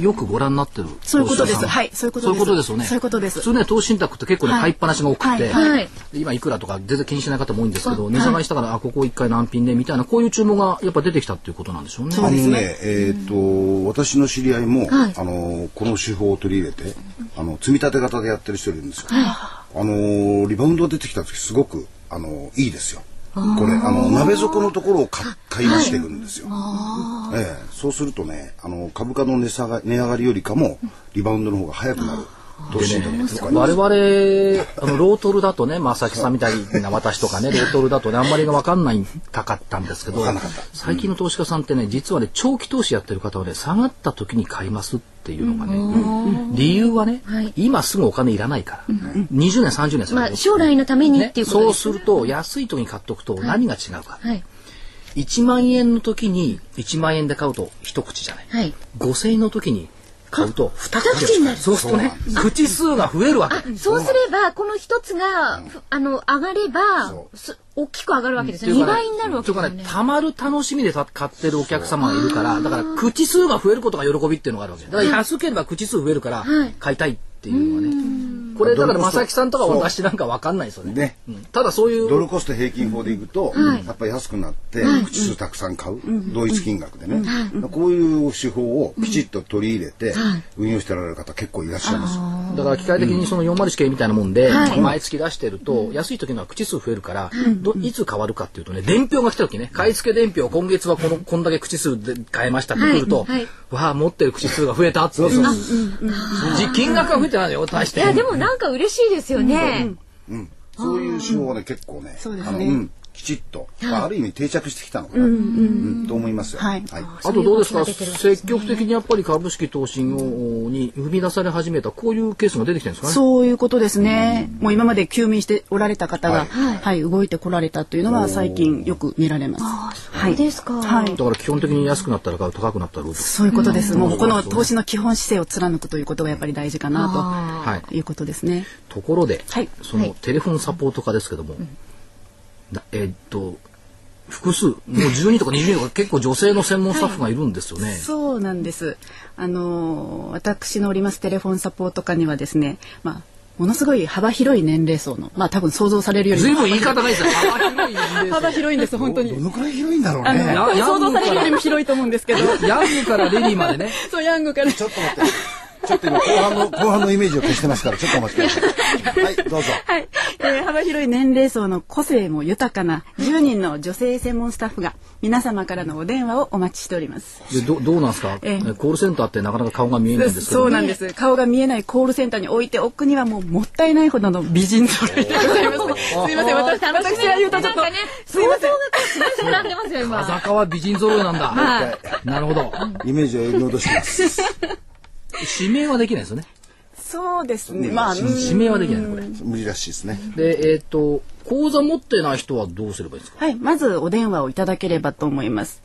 よくご覧になってる
そういうことです
投資家さん
はいそういうこと
そうい
です
うことですよね
そういうことです
普通ね投資信託って結構ね
はい
買いっぱなしが多くて、
はいはい
今いくらとか全然気にしない方も多いんですけど値下がりしたから、あここ一回何品ねみたいなこういう注文がやっぱ出てきたっていうことなんでしょうね
あのね、えっ、と、私の知り合いも、あの、この手法を取り入れて、あの、積み立て型でやってる人いるんですよ。あの、リバウンドが出てきた時、すごく、あの、いいですよ。これ、あの、鍋底のところを買買い増していくんですよ。ええ、そうするとね、あの、株価の値下が、値上がりよりかも、リバウンドの方が早くなる。投資信託とかね
我々あのロートルだとね正木さんみたいな私とかねロートルだとねあんまり分かんないかかったんですけど
わかんなかった
最近の投資家さんってね実はね長期投資やってる方はね下がった時に買いますっていうのがね、理由はね、
はい
今すぐお金いらないから、20年30年
まあ将来のためにっていうこと
ね、そう
です
ると安い時に買っとくと何が違うか、
はい。
1万円の時に1万円で買うと一口じゃない、
はい。
5000円の時に買うと2
二口になる
そうするとね口数が増えるわけ
そうすれば、この一つが、ふあの、上がれば
そ、
す大きく上がるわけです
と
よ
い
ね。
う
2
かね
倍になるわけですよ
という
ね
か。ね、たまる楽しみでた買ってるお客様がいるから、だから口数が増えることが喜びっていうのがあるわけ。だから安ければ口数増えるから
はい、
買いたいっていうのはね。これだから正木さんとか
そう
私なんかわかんないですよね。
ね
うんただそうい
ドル
う、
コスト平均法でいくと、やっぱり安くなって、口数たくさん買う、同一金額でね、こういう手法をきちっと取り入れて、運用してられる方結構いらっしゃいますよ
だから機械的にその401系みたいなもんで、
はい
毎月出してると、安い時のは口数増えるから、どいつ変わるかっていうとね、伝票が来た時ね、買い付け伝票、今月はこの、こんだけ口数で買えましたって来ると
はいはい、
わあ、持ってる口数が増えたっていう。じ金額は増えてないよ、大して。
いや、でもなんか嬉しいですよね。
そういう手法はね結構ね
そうです
あの
ね
うんきちっと、まあある意味定着してきたのかな、うんと思いますよ。
はい
あとどうですか
そういう動きが出てるんですね
積極的にやっぱり株式投資をに踏み出され始めたこういうケースが出てきてるんですかね。
そういうことですね。もう今まで休眠しておられた方が、はい、動いてこられたというのは最近よく見られます。は
そう
い。
です
は
か。
い。
だから基本的に安くなったら買う高くなったら売ると
そういうことです。もうここの投資の基本姿勢を貫くということがやっぱり大事かな
はい、
ということですね。
ところで、
はい
そのテレフォンサポート課ですけども、なえーっと複数もう10人とか20人とか結構女性の専門スタッフがいるんですよね。
そうなんです。あのー私のおりますテレフォンサポート課にはですね、まあものすごい幅広い年齢層の、まあ多分想像されるより
ずいぶん
も
言い方がいいですよ。幅広い年齢層
*laughs* 幅広いんです本当に
ど。のくらい広いんだろう
あ
ね。
の多分想像されるよりも広いと思うんですけど、
ヤングからレディーまでね。
そうヤングから。
ちょっと待って。ちょっと今後半の *laughs* 後半のイメージを消してますからちょっとお待ちください。はいどうぞ。
はい、 *laughs* えー幅広い年齢層の個性も豊かな10人の女性専門スタッフが皆様からのお電話をお待ちしております。
でどどうなんですか、
ええ
コールセンターってなかなか顔が見えないんですけど
そうなんです。顔が見えないコールセンターに置いておくにはもうもったいないほどの美人揃いでございます。すいません、私、私が言うとちょっと、すいません。
並んでますよ今。
風川美人揃いなんだ、なるほど
イメージを戻してます。
指名はできないですよね
そうですね。まあ、うん
指名はできないねこれ
無理らしいですね。
でえっ、と口座持ってない人はどうすればいいんですか
はい、まずお電話をいただければと思います。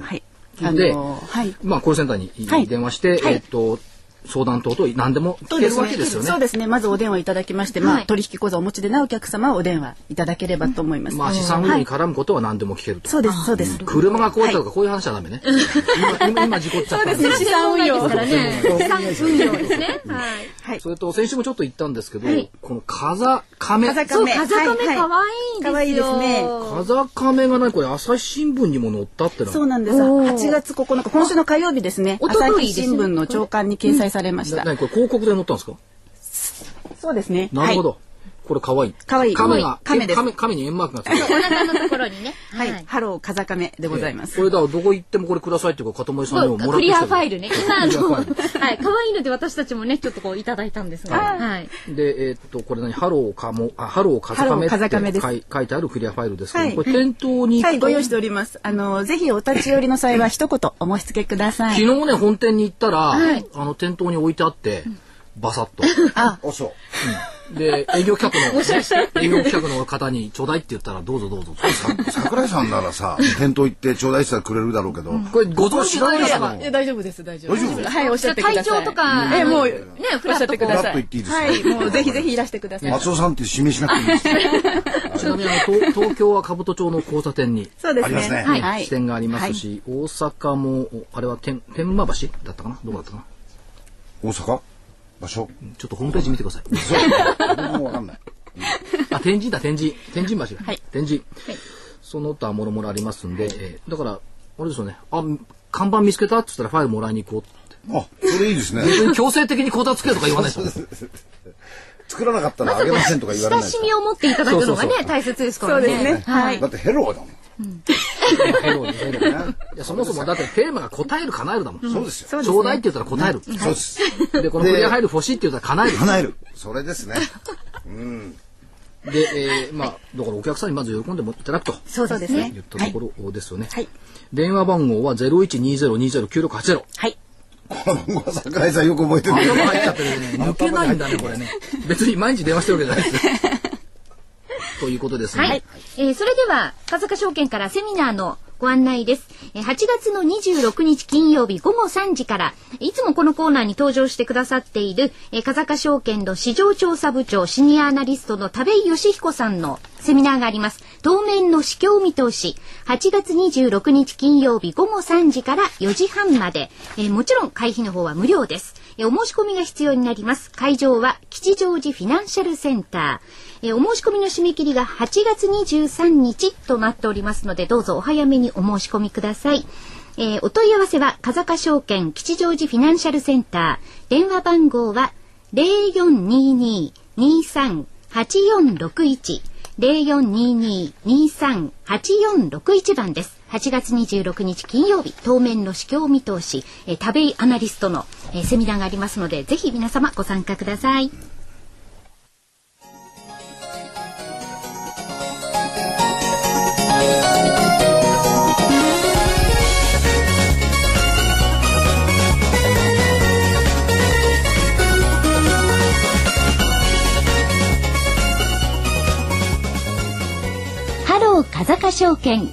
はい。あ
で
の、はい。
まあコールセンター
は
に
い
電話して、
はい
えっ、と相談等々何でも
そ
聞
う
け
で
る
す
わ
ね
けですよね
そうですね。まずお電話いただきまして、まあ、
はい
取引口座をお持ちでないお客様はお電話いただければと思います。
まあ資産運用に絡むことは何でも聞けると、
そうです、そうです。
車が壊れたとかこういう話はダメね、今今今事故っちゃったんで
資産運用。
からね。資産運用ですね。はい。
それと先週もちょっと言ったんですけど、この風亀
風
そう
亀。
風亀可
は可
愛
愛
い
い
んで
です
よ。
すね
風亀がないこれ朝日新聞にも載ったっての
い
は
そうなんです。
おー
8月9日、今週の火曜日ですね。
おととい
朝
です
日
ね
新聞の朝刊に掲載されまし
な
た。
何これ広告で載ったんですか
そうですね。
なるほど、
は
これ可愛い
可愛い
亀が
亀です。
亀亀に円マークがついてる
お腹のところにね。はい
はい。ハロー風亀でございます
こ。れだからどこ行ってもこれくださいっていうか片森さんのをもらっ
ク
てき
リ
た
ア
け
フ
ど
ァイルね。今あ
クリアフ
の、は
ァ
い、可愛いので私たちもね、ちょっとこういただいたんですが、はい。
でえーっとこれ何ハローかもあハロー風
ハロー
亀
風亀
っ
で
て
す
書い書いてあるクリアファイルですけど、
はい
これ店頭に
はい、
行くと、
ご用意しております。あの、ぜひお立ち寄りの際は一言お申し付けください。
昨日ね本店に行ったら、
はい
あの店頭に置いてあって、バサッと。
おそう。
で、営業企画の、営業企画の方にちょうだいって言ったら、どうぞどうぞ。
さ桜井さんならさ店頭行ってちょうだいしたらくれるだろうけど。
これ、ご存知知らないですか
いや大丈夫です大丈夫
大丈夫
はいおっしゃってください
じゃあ会長とか
ええもう
ねフ
お
ラ
っ
ッ
しゃっ
ト
て
こ
く
う
だ
フラッ
さ
と
い
行っていいですか
はいもうぜひぜひいらしてください
松尾さんって指名しなくていいんですよ。
ちなみにあの東東京は兜町の交差点に
そうです
ありますね
ね
はい
はい
支店がありますし、大阪もおあれは天天満橋だったかなどこだったかな
*laughs* 大阪場所。
ちょっとホームページ見てください。
そう。もうわかんない。
あ天神だ天神天神橋だ、天神、その他もろもろありますんで、えーだからあれですよねあ看板見つけたっつったらファイルもらいに行こうって
あそれいいですね。
別に強制的に交代つけとか言わないですよ
*laughs* 作らなかったらあげませんとか言われ
親
ない
し。みを持っていただくのが
そうそう
ね
そ、う
大切ですか
そ
ら
う
ね。
ですねはい
*laughs* だってヘローだもん。
ヘロヘロいやそもそもだってテーマが答える叶えるだもん、
そうですよ。
うですね
ちょうだいって言ったら答える、
そうです。
でこのクリア入る欲しいって言ったら叶える
叶える。それですね。
で、えーまあだからお客さんにまず喜んでもいただくと
そうですね
言ったところですよね、
はい
電話番号は0120209680
はい
この番号は桜井さんよく覚えてる
頭
*laughs* ね。
入っちゃってるね。抜けないんだね、これね。別に毎日電話してるわけじゃないですよ。ということですね。
はい。えーそれでは、風塚証券からセミナーのご案内です。えー8月の26日金曜日午後3時から、いつもこのコーナーに登場してくださっている、えー風塚証券の市場調査部長シニアアナリストの田部井義彦さんのセミナーがあります。当面の市況見通し、8月26日金曜日午後3時から4時半まで、えーもちろん会費の方は無料です。えーお申し込みが必要になります。会場は吉祥寺フィナンシャルセンター。えーお申し込みの締め切りが8月23日となっておりますので、どうぞお早めにお申し込みください。えーお問い合わせは、風賀証券吉祥寺フィナンシャルセンター。電話番号は、0422-23-8461。0422-23-8461番です。8月26日金曜日、当面の市況見通し、えー、田部井アナリストの、えーセミナーがありますので、ぜひ皆様ご参加ください。
企
証券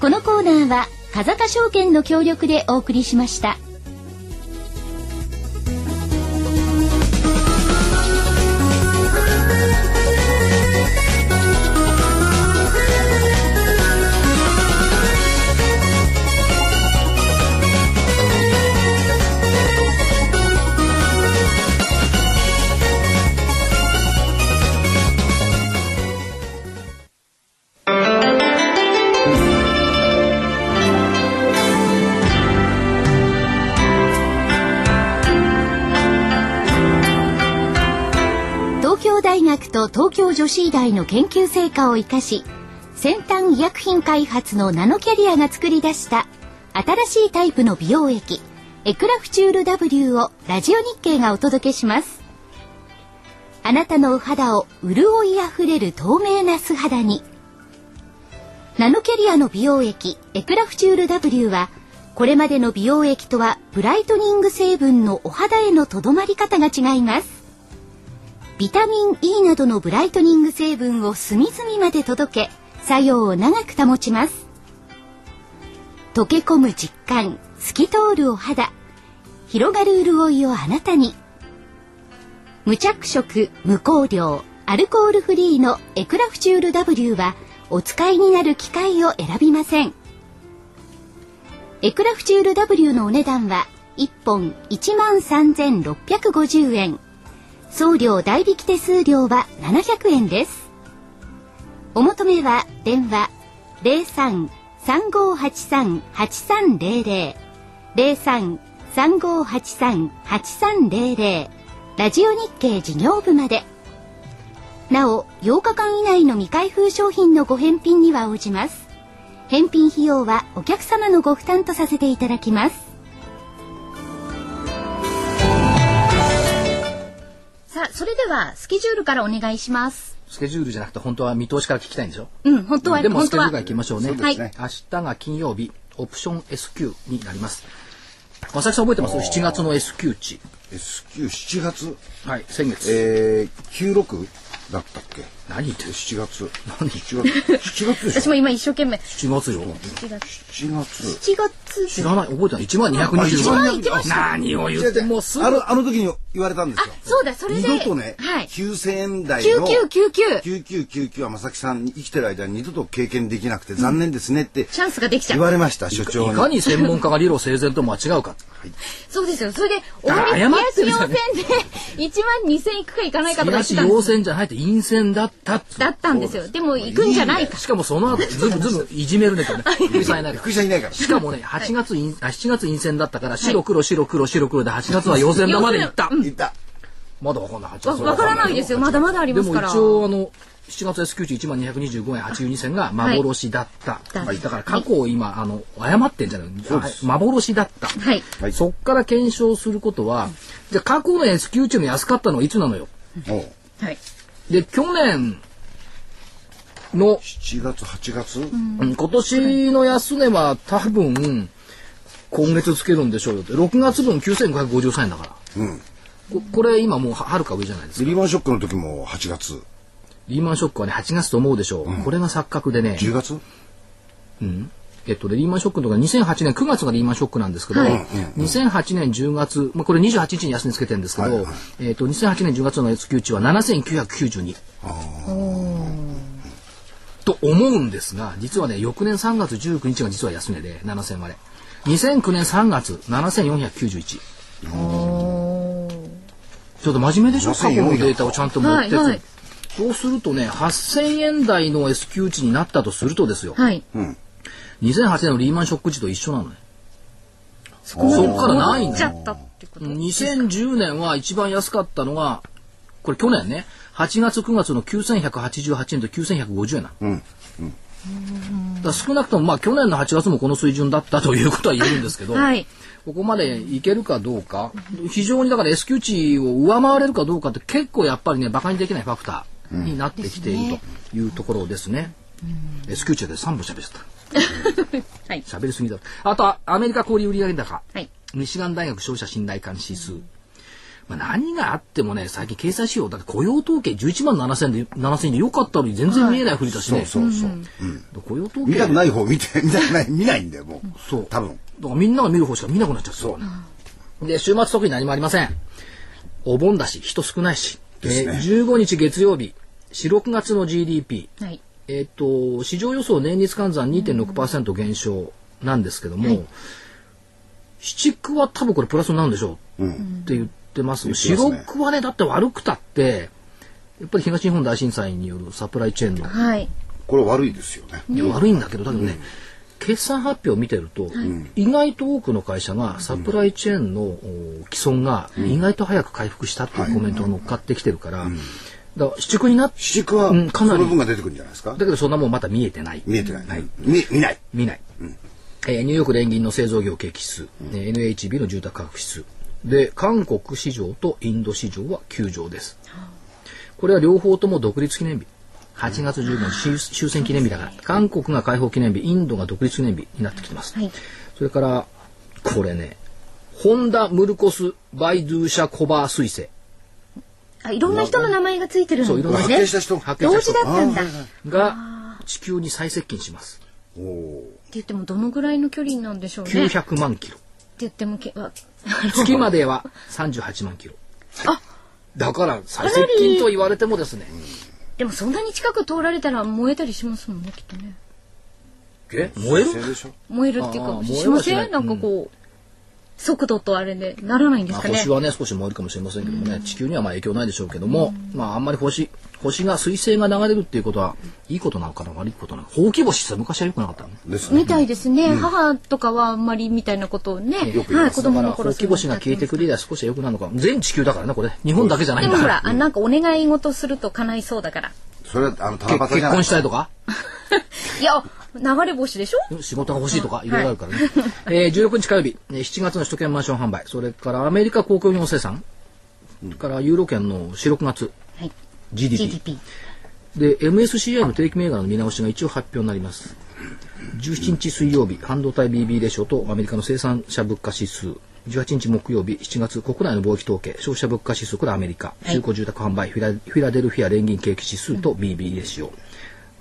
このコーナーは風坂証券の協力でお送りしました。東京大学と東京女子医大の研究成果を生かし先端医薬品開発のナノキャリアが作り出した新しいタイプの美容液エクラフチュール W をラジオ日経がお届けしますあなたのお肌を潤いあふれる透明な素肌にナノキャリアの美容液エクラフチュール W はこれまでの美容液とはブライトニング成分のお肌へのとどまり方が違いますビタミン E などのブライトニング成分を隅々まで届け作用を長く保ちます溶け込む実感透き通るお肌広がる潤いをあなたに無着色無香料アルコールフリーのエクラフチュール W はお使いになる機械を選びませんエクラフチュール W のお値段は1本13,650円送料代引き手数料は700円です。お求めは電話03-3583-8300 03-3583-8300ラジオ日経事業部まで。なお、8日間以内の未開封商品のご返品には応じます。返品費用はお客様のご負担とさせていただきます。
さあ、それでは、スケジュールからお願いします。
スケジュールじゃなくて本当は見通しから聞きたいんでしょ
うん、本当は、
でも
本
スケ
当
ジュール
は
から。行きましょうね。
そうですね
明日が金曜日、オプション S q になります。まさきさん覚えてます ?7 月の S q 値。
S97 月
はい、先月。
えー、96だったっけ
何言ってる
7月何7月7月で
私
しょ
も今一生懸命。
?7 月よ。
7月
7月。
知らない、覚えてない。1万220
あ
万
1万220。
何を言ってもうすぐ
あ。のあの時に言われたんですよ
そうだ、それ
二
で。
度とね、
はい。
9000円台の
9999。
9999は正木さんに生きてる間に二度と経験できなくて残念ですねって
チャンスができちゃ
言
う。
われました所長
いか
に
に専門家が理路整然と間違うか。
そうですよ。それで、終
だ
わ
か
り
ら
冷
謝
や
ってる
し
じゃ
陽
ん
線で、1万2000いくかいかないかと
冷や
か言って
した
んで
陽
す。
線じゃないって陰線だったっつう
だったんですよ。でも、行くんじゃないか。
しかもその後、ずぶずぶいじめるねとね。ゆりさんいないから
福井さんいないから
しかもね、8月陰、あ7月陰線だったから、白黒白黒白黒で8月は陽線だまで行った。
言った
まだわかんない、8月
わわからないですよ。まだまだあり
で
ます
も
から。
一応あの7月 S q 値1万225円82銭が幻だった、
はい
だから過去を今あの誤ってんじゃない幻だった、
はい。
はい
そっから検証することは、じゃあ過去の S q 値の安かったのはいつなのよ
もう
はい。
で去年の、
7月8月、
うん今年の安値は多分今月つけるんでしょうよって6月分9553円だから
うん
ここれ今もうははるか上じゃないです
リ
か
ーマンショックの時も8月
リーマンショックはね8月と思うでしょう、これが錯覚でね
10月
うんえっとね、リーマンショックのとか2008年9月がリーマンショックなんですけど、2008年10月、まあ、これ28日に安値つけてるんですけど、
はいはい
えっと2008年10月の S q 値は7992。と思うんですが実はね翌年3月19日が実は安値で7000割れ2009年3月7491。ちょっと真面目でしょ過去のデータをちゃんと持ってくる、
はいはい
そうするとね8000円台の S q 値になったとするとですよ、
はい。
2008年のリーマンショック時と一緒なのね。
そこま
そ
で
っからない
戻
の
っちゃったってこと。
2010年は一番安かったのが、これ去年ね、8月9月の9188円と9150円なの。だから少なくともまあ去年の8月もこの水準だったということは言えるんですけど、
はい。
ここまでいけるかどうか、非常にだから S q 値を上回れるかどうかって結構やっぱりね、馬鹿にできないファクターになってきているというところですね。S q 値で3本喋っちゃった。
は
*laughs*
い。
喋りすぎだろあとはアメリカ小売売上高、
はい
ミシガン大学消費者信頼感指数、まあ、何があってもね、最近経済指標、だって雇用統計11万7000で、7000で良かったのに全然見えないふりだしね。
そうそうそう。
雇用統計。
見たくない方見て、 *laughs* 見たくない、見ないんだよ、もう。
そう。
多分。
だからみんなが見る方しか見なくなっちゃったからね。で、週末特に何もありません。お盆だし、人少ないし。
ですね
えー15日月曜日、4、6月の GDP。
はい。
えっ、と、市場予想年率換算2.6%減少なんですけども、七区は多分これプラスになるんでしょうって言ってます。
言って
四
ますね
六区はね、だって悪くたって、やっぱり東日本大震災によるサプライチェーンの
はい。
これ悪いですよね。
いや悪いんだけど、だけどね、決算発表を見てると、意外と多くの会社がサプライチェーンのお既存が意外と早く回復したっていうコメントが乗っかってきてるから、だから、四区になっ
四軸は、
うん
そ
かなり
の分が出てくるんじゃないですか
だけどそんなもんまだ見えてない。
見えてない。見見ない。
見ない、えーニューヨーク連銀の製造業景気指数、えー NHB の住宅価格指数で韓国市場とインド市場は休場ですこれは両方とも独立記念日8月15日、終終戦記念日だから、韓国が解放記念日インドが独立記念日になってきてます、
はい
それからこれねホンダムルコスバイドゥー社コバー彗星
あ、いろんな人の名前がついてるん
そういろんな
です
発
ね
見。した人。
発見
同
した
時
人
だったんだ。っ
が地球に最接近します
おお
て言ってもどのぐらいの距離なんでしょうね。って
900万キロ
言ってもけわ
月までは38万キロ。だから最接近と言われてもですね。
でもそんなに近く通られたら燃えたりしますもんねきっとね。
え燃え
ー。
る
でしょ
燃えるっていう
あ
か
ー
しませ
燃えは
ん
しな
な
い
んかこう速度とあれでならないんで
まあ
すかね
星。はね少し燃えるかもしれませんけどもね、地球にはまあ影響ないでしょうけども、まああんまり星星が彗星が流れるっていうことはいいことなのかな悪いことなのか。ほうき星さ昔は良くなかったのね。
ですね
み。たいですね、母とかはあんまりみたいなことをね、
よく言い
はい、
ま
子
だ
供
から
の
ほ
頃
うき星が消えてくれりゃ少しは良くなるのか。全地球だからねこれ。日本だけじゃないん
でも
だ
ほ、
からら。
あなんかお願い事すると叶いそうだから
それは、あの、
け
七夕
結
じゃない
婚したいとか
いや流れ星でしょ
仕事が欲しいとかいろいろあるからね、えー16日火曜日えー7月の首都圏マンション販売それからアメリカ公共業生産それからユーロ圏の4、6月、
はい
GDP,
GDP
で MSCI の定期銘柄の見直しが一応発表になります17日水曜日半導体 BB レシオとアメリカの生産者物価指数18日木曜日7月国内の貿易統計消費者物価指数これアメリカ中古住宅販売、フィラフィラデルフィア連銀景気指数と BB レシオ、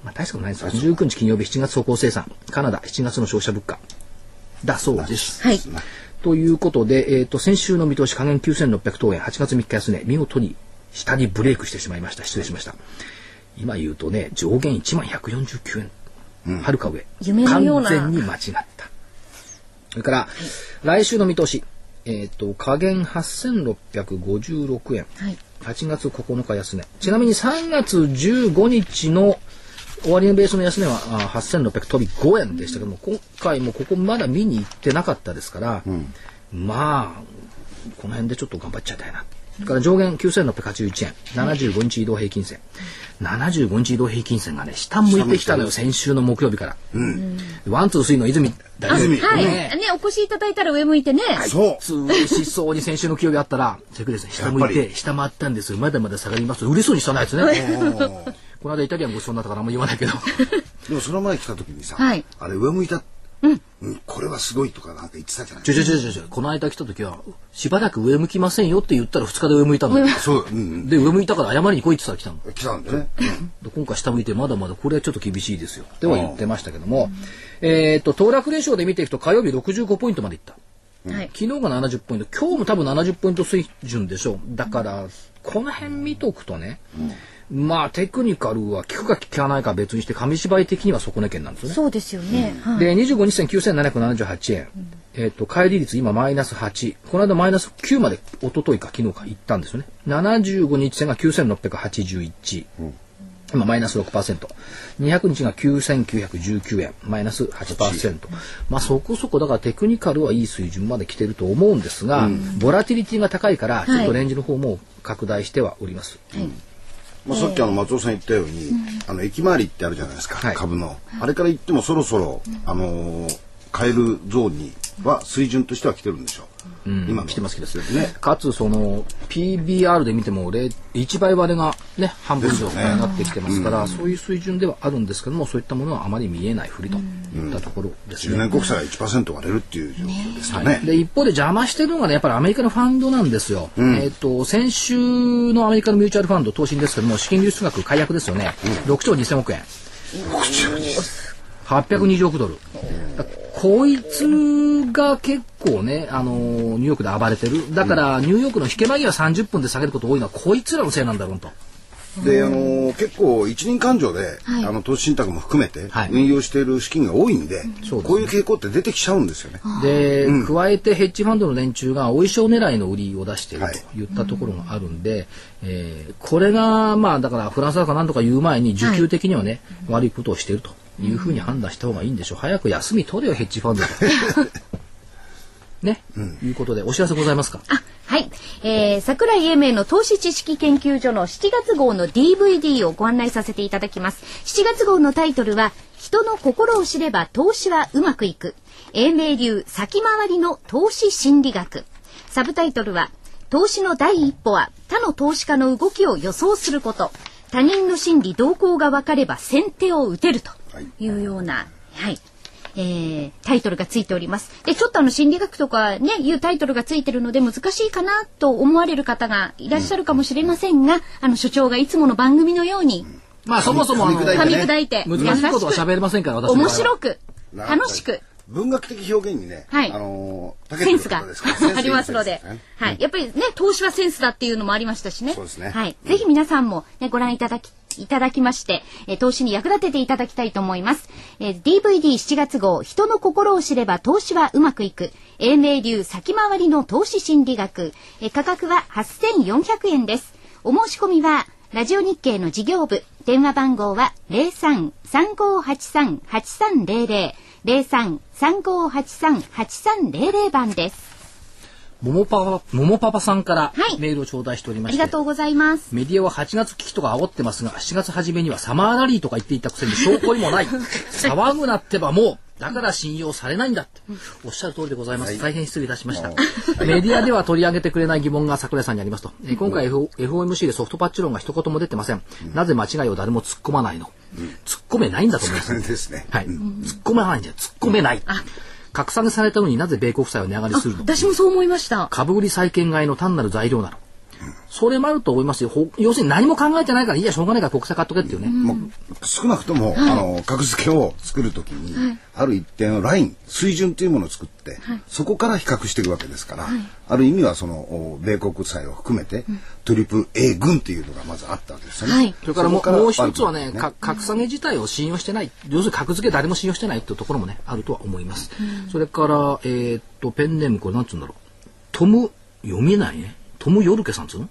まあ、大したことないですよ19日金曜日7月総合生産カナダ7月の消費者物価だそうです
はい
ということで、えー、と先週の見通し下限9600等円8月3日安値見事に下にブレイクしてしまいました失礼しました今言うとね上限1万149円はる、か上
夢のような
完全に間違ったそれから、来週の見通し、えー、と下限8656円、
はい
8月9日安値ちなみに3月15日の終値ベースの安値はあ8600飛び5円でしたけども今回もここまだ見に行ってなかったですから、まあこの辺でちょっと頑張っちゃいたいな。それから上限9681円、75日移動平均線。75日移動平均線がね、下向いてきたのよ、先週の木曜日から。ワン、ツー、スリーの泉大
あ
臣。
はい、
ね
ねお越しいただいたら上向いてね、
そう。
そうしそうに先週の金曜日あったら、せっかくですね、下向い、
やって
下回ったんですよ、まだまだ下がります。売れそうにしたないですね。 *laughs* この間イタリアンごちそうになったからあんま言わないけど。
でもその前来た時にさ、
はい
あれ上向いた、うん、これはすごいとかなんか言ってたじゃない
ちょちょちょちょちょ、この間来た時は、しばらく上向きませんよって言ったら2日で上向いたのよ。
そう、うん、
で、上向いたから謝りに来いって言ったら来たの。
うん。来たんでね。
で今回下向いてまだまだこれはちょっと厳しいですよでは言ってましたけども、えっと騰落レシオで見ていくと火曜日65ポイントまでいった
はい
昨日が70ポイント今日も多分70ポイント水準でしょうだからこの辺見とくとね、まあテクニカルは効くか効かないかは別にして紙芝居的には底値圏なんですよね
そうですよね、はい
で25日線9778円、えっと帰り率今マイナス8この間マイナス9まで一昨日か昨日か行ったんですよね75日線が9681、今マイナス6%。200日が9919円、マイナス8%。まあそこそこだからテクニカルはいい水準まで来てると思うんですが、ボラティリティが高いから、ちょっとレンジの方も拡大してはおります。
まあ、さっきあの松尾さん言ったように、あの駅周りってあるじゃないですか、
はい
株のあれから言ってもそろそろ、あのー買えるゾーンには水準としては来てるんでしょう。今
来てますけど
ね。
かつその PBR で見ても1倍割れがね半分以上になってきてますからそういう水準ではあるんですけどもそういったものはあまり見えないふりといったところです
10
ね。
年国債が1%割れるっていう状況ですよ
はい
ね。
で一方で邪魔してるのがねやっぱりアメリカのファンドなんですよ、えっ、と先週のアメリカのミューチャルファンド投資ですけども資金流出額解約ですよね、6兆2000億円820億ドル、だこいつが結構ね、あのーニューヨークで暴れてるだからニューヨークの引け間際30分で下げること多いのはこいつらのせいなんだろうと
で、あのー結構一輪勘定で、あの投資信託も含めて
はい
運用している資金が多いんで、
そうですね
こういう傾向って出てきちゃうんですよね。
で、加えてヘッジファンドの連中がお衣装狙いの売りを出している
はい
といったところがあるんで、えーこれがまあだからフランスだかなんとか言う前に需給的にはね、悪いことをしているというふうに判断した方がいいんでしょう早く休み取れよヘッジファンドと。ね、いうことでお知らせございますか
はい、えー、桜井英明の投資知識研究所の7月号の DVD をご案内させていただきます7月号のタイトルは人の心を知れば投資はうまくいく英明流先回りの投資心理学サブタイトルは投資の第一歩は他の投資家の動きを予想すること他人の心理動向が分かれば先手を打てるというようなはいえータイトルがついております。で、ちょっとあの心理学とかね、いうタイトルがついてるので難しいかなと思われる方がいらっしゃるかもしれませんが、あの所長がいつもの番組のように
まあそもそもあの
噛み
噛み
砕ね
砕いて、
難しいことは喋れませんから私の場合は
面白く、
なんか
楽しく、
文学的表現にね、
はい
あのー長け
セ
て
ン
る
ス
方
が
ですからセンスい
*laughs*
い
ありますので
ですね、
はい。やっぱりね、投資はセンスだっていうのもありましたしね。
そうですね
はい。ぜひ皆さんもね、ご覧いただき、いただきまして、えー投資に役立てていただきたいと思います。えー DVD7 月号、人の心を知れば投資はうまくいく。英明流先回りの投資心理学。えー価格は8400円です。お申し込みは、ラジオ日経の事業部。電話番号は03-3583-8300。03-3583-8300番です。
ももパパももパパさんから
はい
メールを頂戴しておりま
あ
し
り
て、
がとうございます。
メディアは8月危機とか煽ってますが、7月初めにはサマーラリーとか言っていたくせに証拠にも
*laughs*
ない。騒ぐなってばもう、だから信用されないんだって。おっしゃる通りでございます。大変失礼いたしました。メディアでは取り上げてくれない疑問が桜井さんにありますと。えー今回 F- FOMC でソフトパッチ論が一言も出てません。なぜ間違いを誰も突っ込まないの突っ込めないんだと思います。
ですね。
はい。突っ込まないんじゃ突っ込めない。格下げされたのになぜ米国債を値上がりするの
私もそう思いました。
株売り債券買いの単なる材料なの。それもあると思いますよ。ほ要するに何も考えてないから、いいや、しょうがないから国債買っとけっていうね。
もう少なくとも、あの格付けを作るときに、ある一定のライン水準というものを作って、そこから比較していくわけですから、ある意味はそのお米国債を含めて、トリプル A 軍というのがまずあったわけですよね。
はい
それからもう
そこ
もう一つは
あ
ね
ると
か格下げ自体を信用してない、要するに格付け誰も信用してないっていうところもね、あるとは思います。それから、えーっと、ペンネーム、これなんつうんだろう。トム、読めないね。トム・ヨルケさんつうの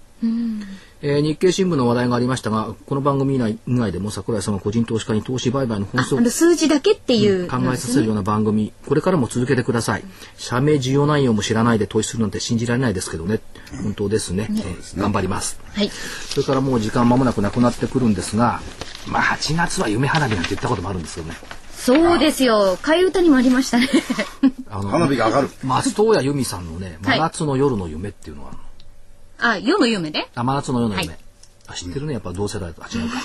えー日経新聞の話題がありましたが、この番組以外以外でも桜井さんは個人投資家に投資売買の本
あ
質を
の数字だけっていう、
考えさせるような番組、これからも続けてください。社名、需要内容も知らないで投資するなんて信じられないですけどね。本当ですね。えー頑張ります。
はい。
それからもう時間間もなくなくなってくるんですが、まあ8月は夢花火なんて言ったこともあるんですけどね。
そうですよ。替え歌にもありましたね。 *laughs*
あの
花火が上がる。
松任谷由実さんのね、
は
真
い
夏の夜の夢っていうのは、
あ、世の夢ね。
あ真夏の夜の夢。
はい
あ知ってるね、やっぱ同世代とは違うか。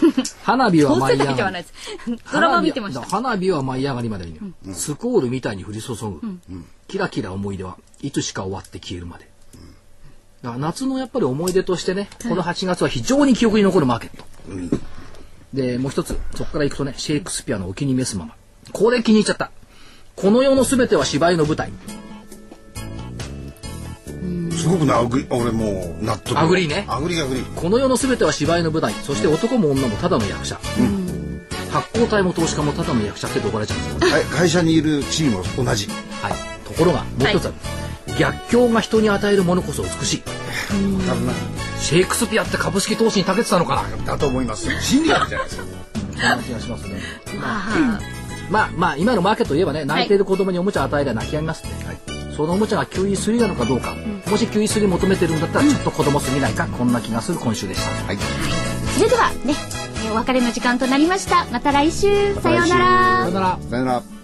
花火は
同
舞
世
い上
代で
が
は
り
ないです。ドラマ見てました。
花火花火は舞い上がりまでに、スコールみたいに降り注ぐ、キラキラ思い出はいつしか終わって消えるまで、だから夏のやっぱり思い出としてねこの8月は非常に記憶に残るマーケット、でもう一つそこからいくとねシェイクスピアの「お気に召すまま」これ気に入っちゃったこの世の全ては芝居の舞台
すごくね、アグリ俺もう納得。
アグリね
アグリアグリ。
この世の全ては芝居の舞台そして男も女もただの役者、発光体も投資家もただの役者って呼ばれちゃうんですよ
はい、会社にいるチームも同じ。
はい、ところがもう一つある、逆境が人に与えるものこそ美しい
多分な
シェイクスピアって株式投資に長けてたのかなって
だと思います。心理学じゃないですか。
気がしますね、まあ、まあまあ今のマーケットといえばね泣いている子供におもちゃ与えりゃ泣きやみますね、そのおもちゃが QE3 なのかどうか、もし QE3 求めてるんだったらちょっと子供すぎないか、こんな気がする今週でした、はい
それではね、えお別れの時間となりました。また来週。さようなら
さよなら
さよなら。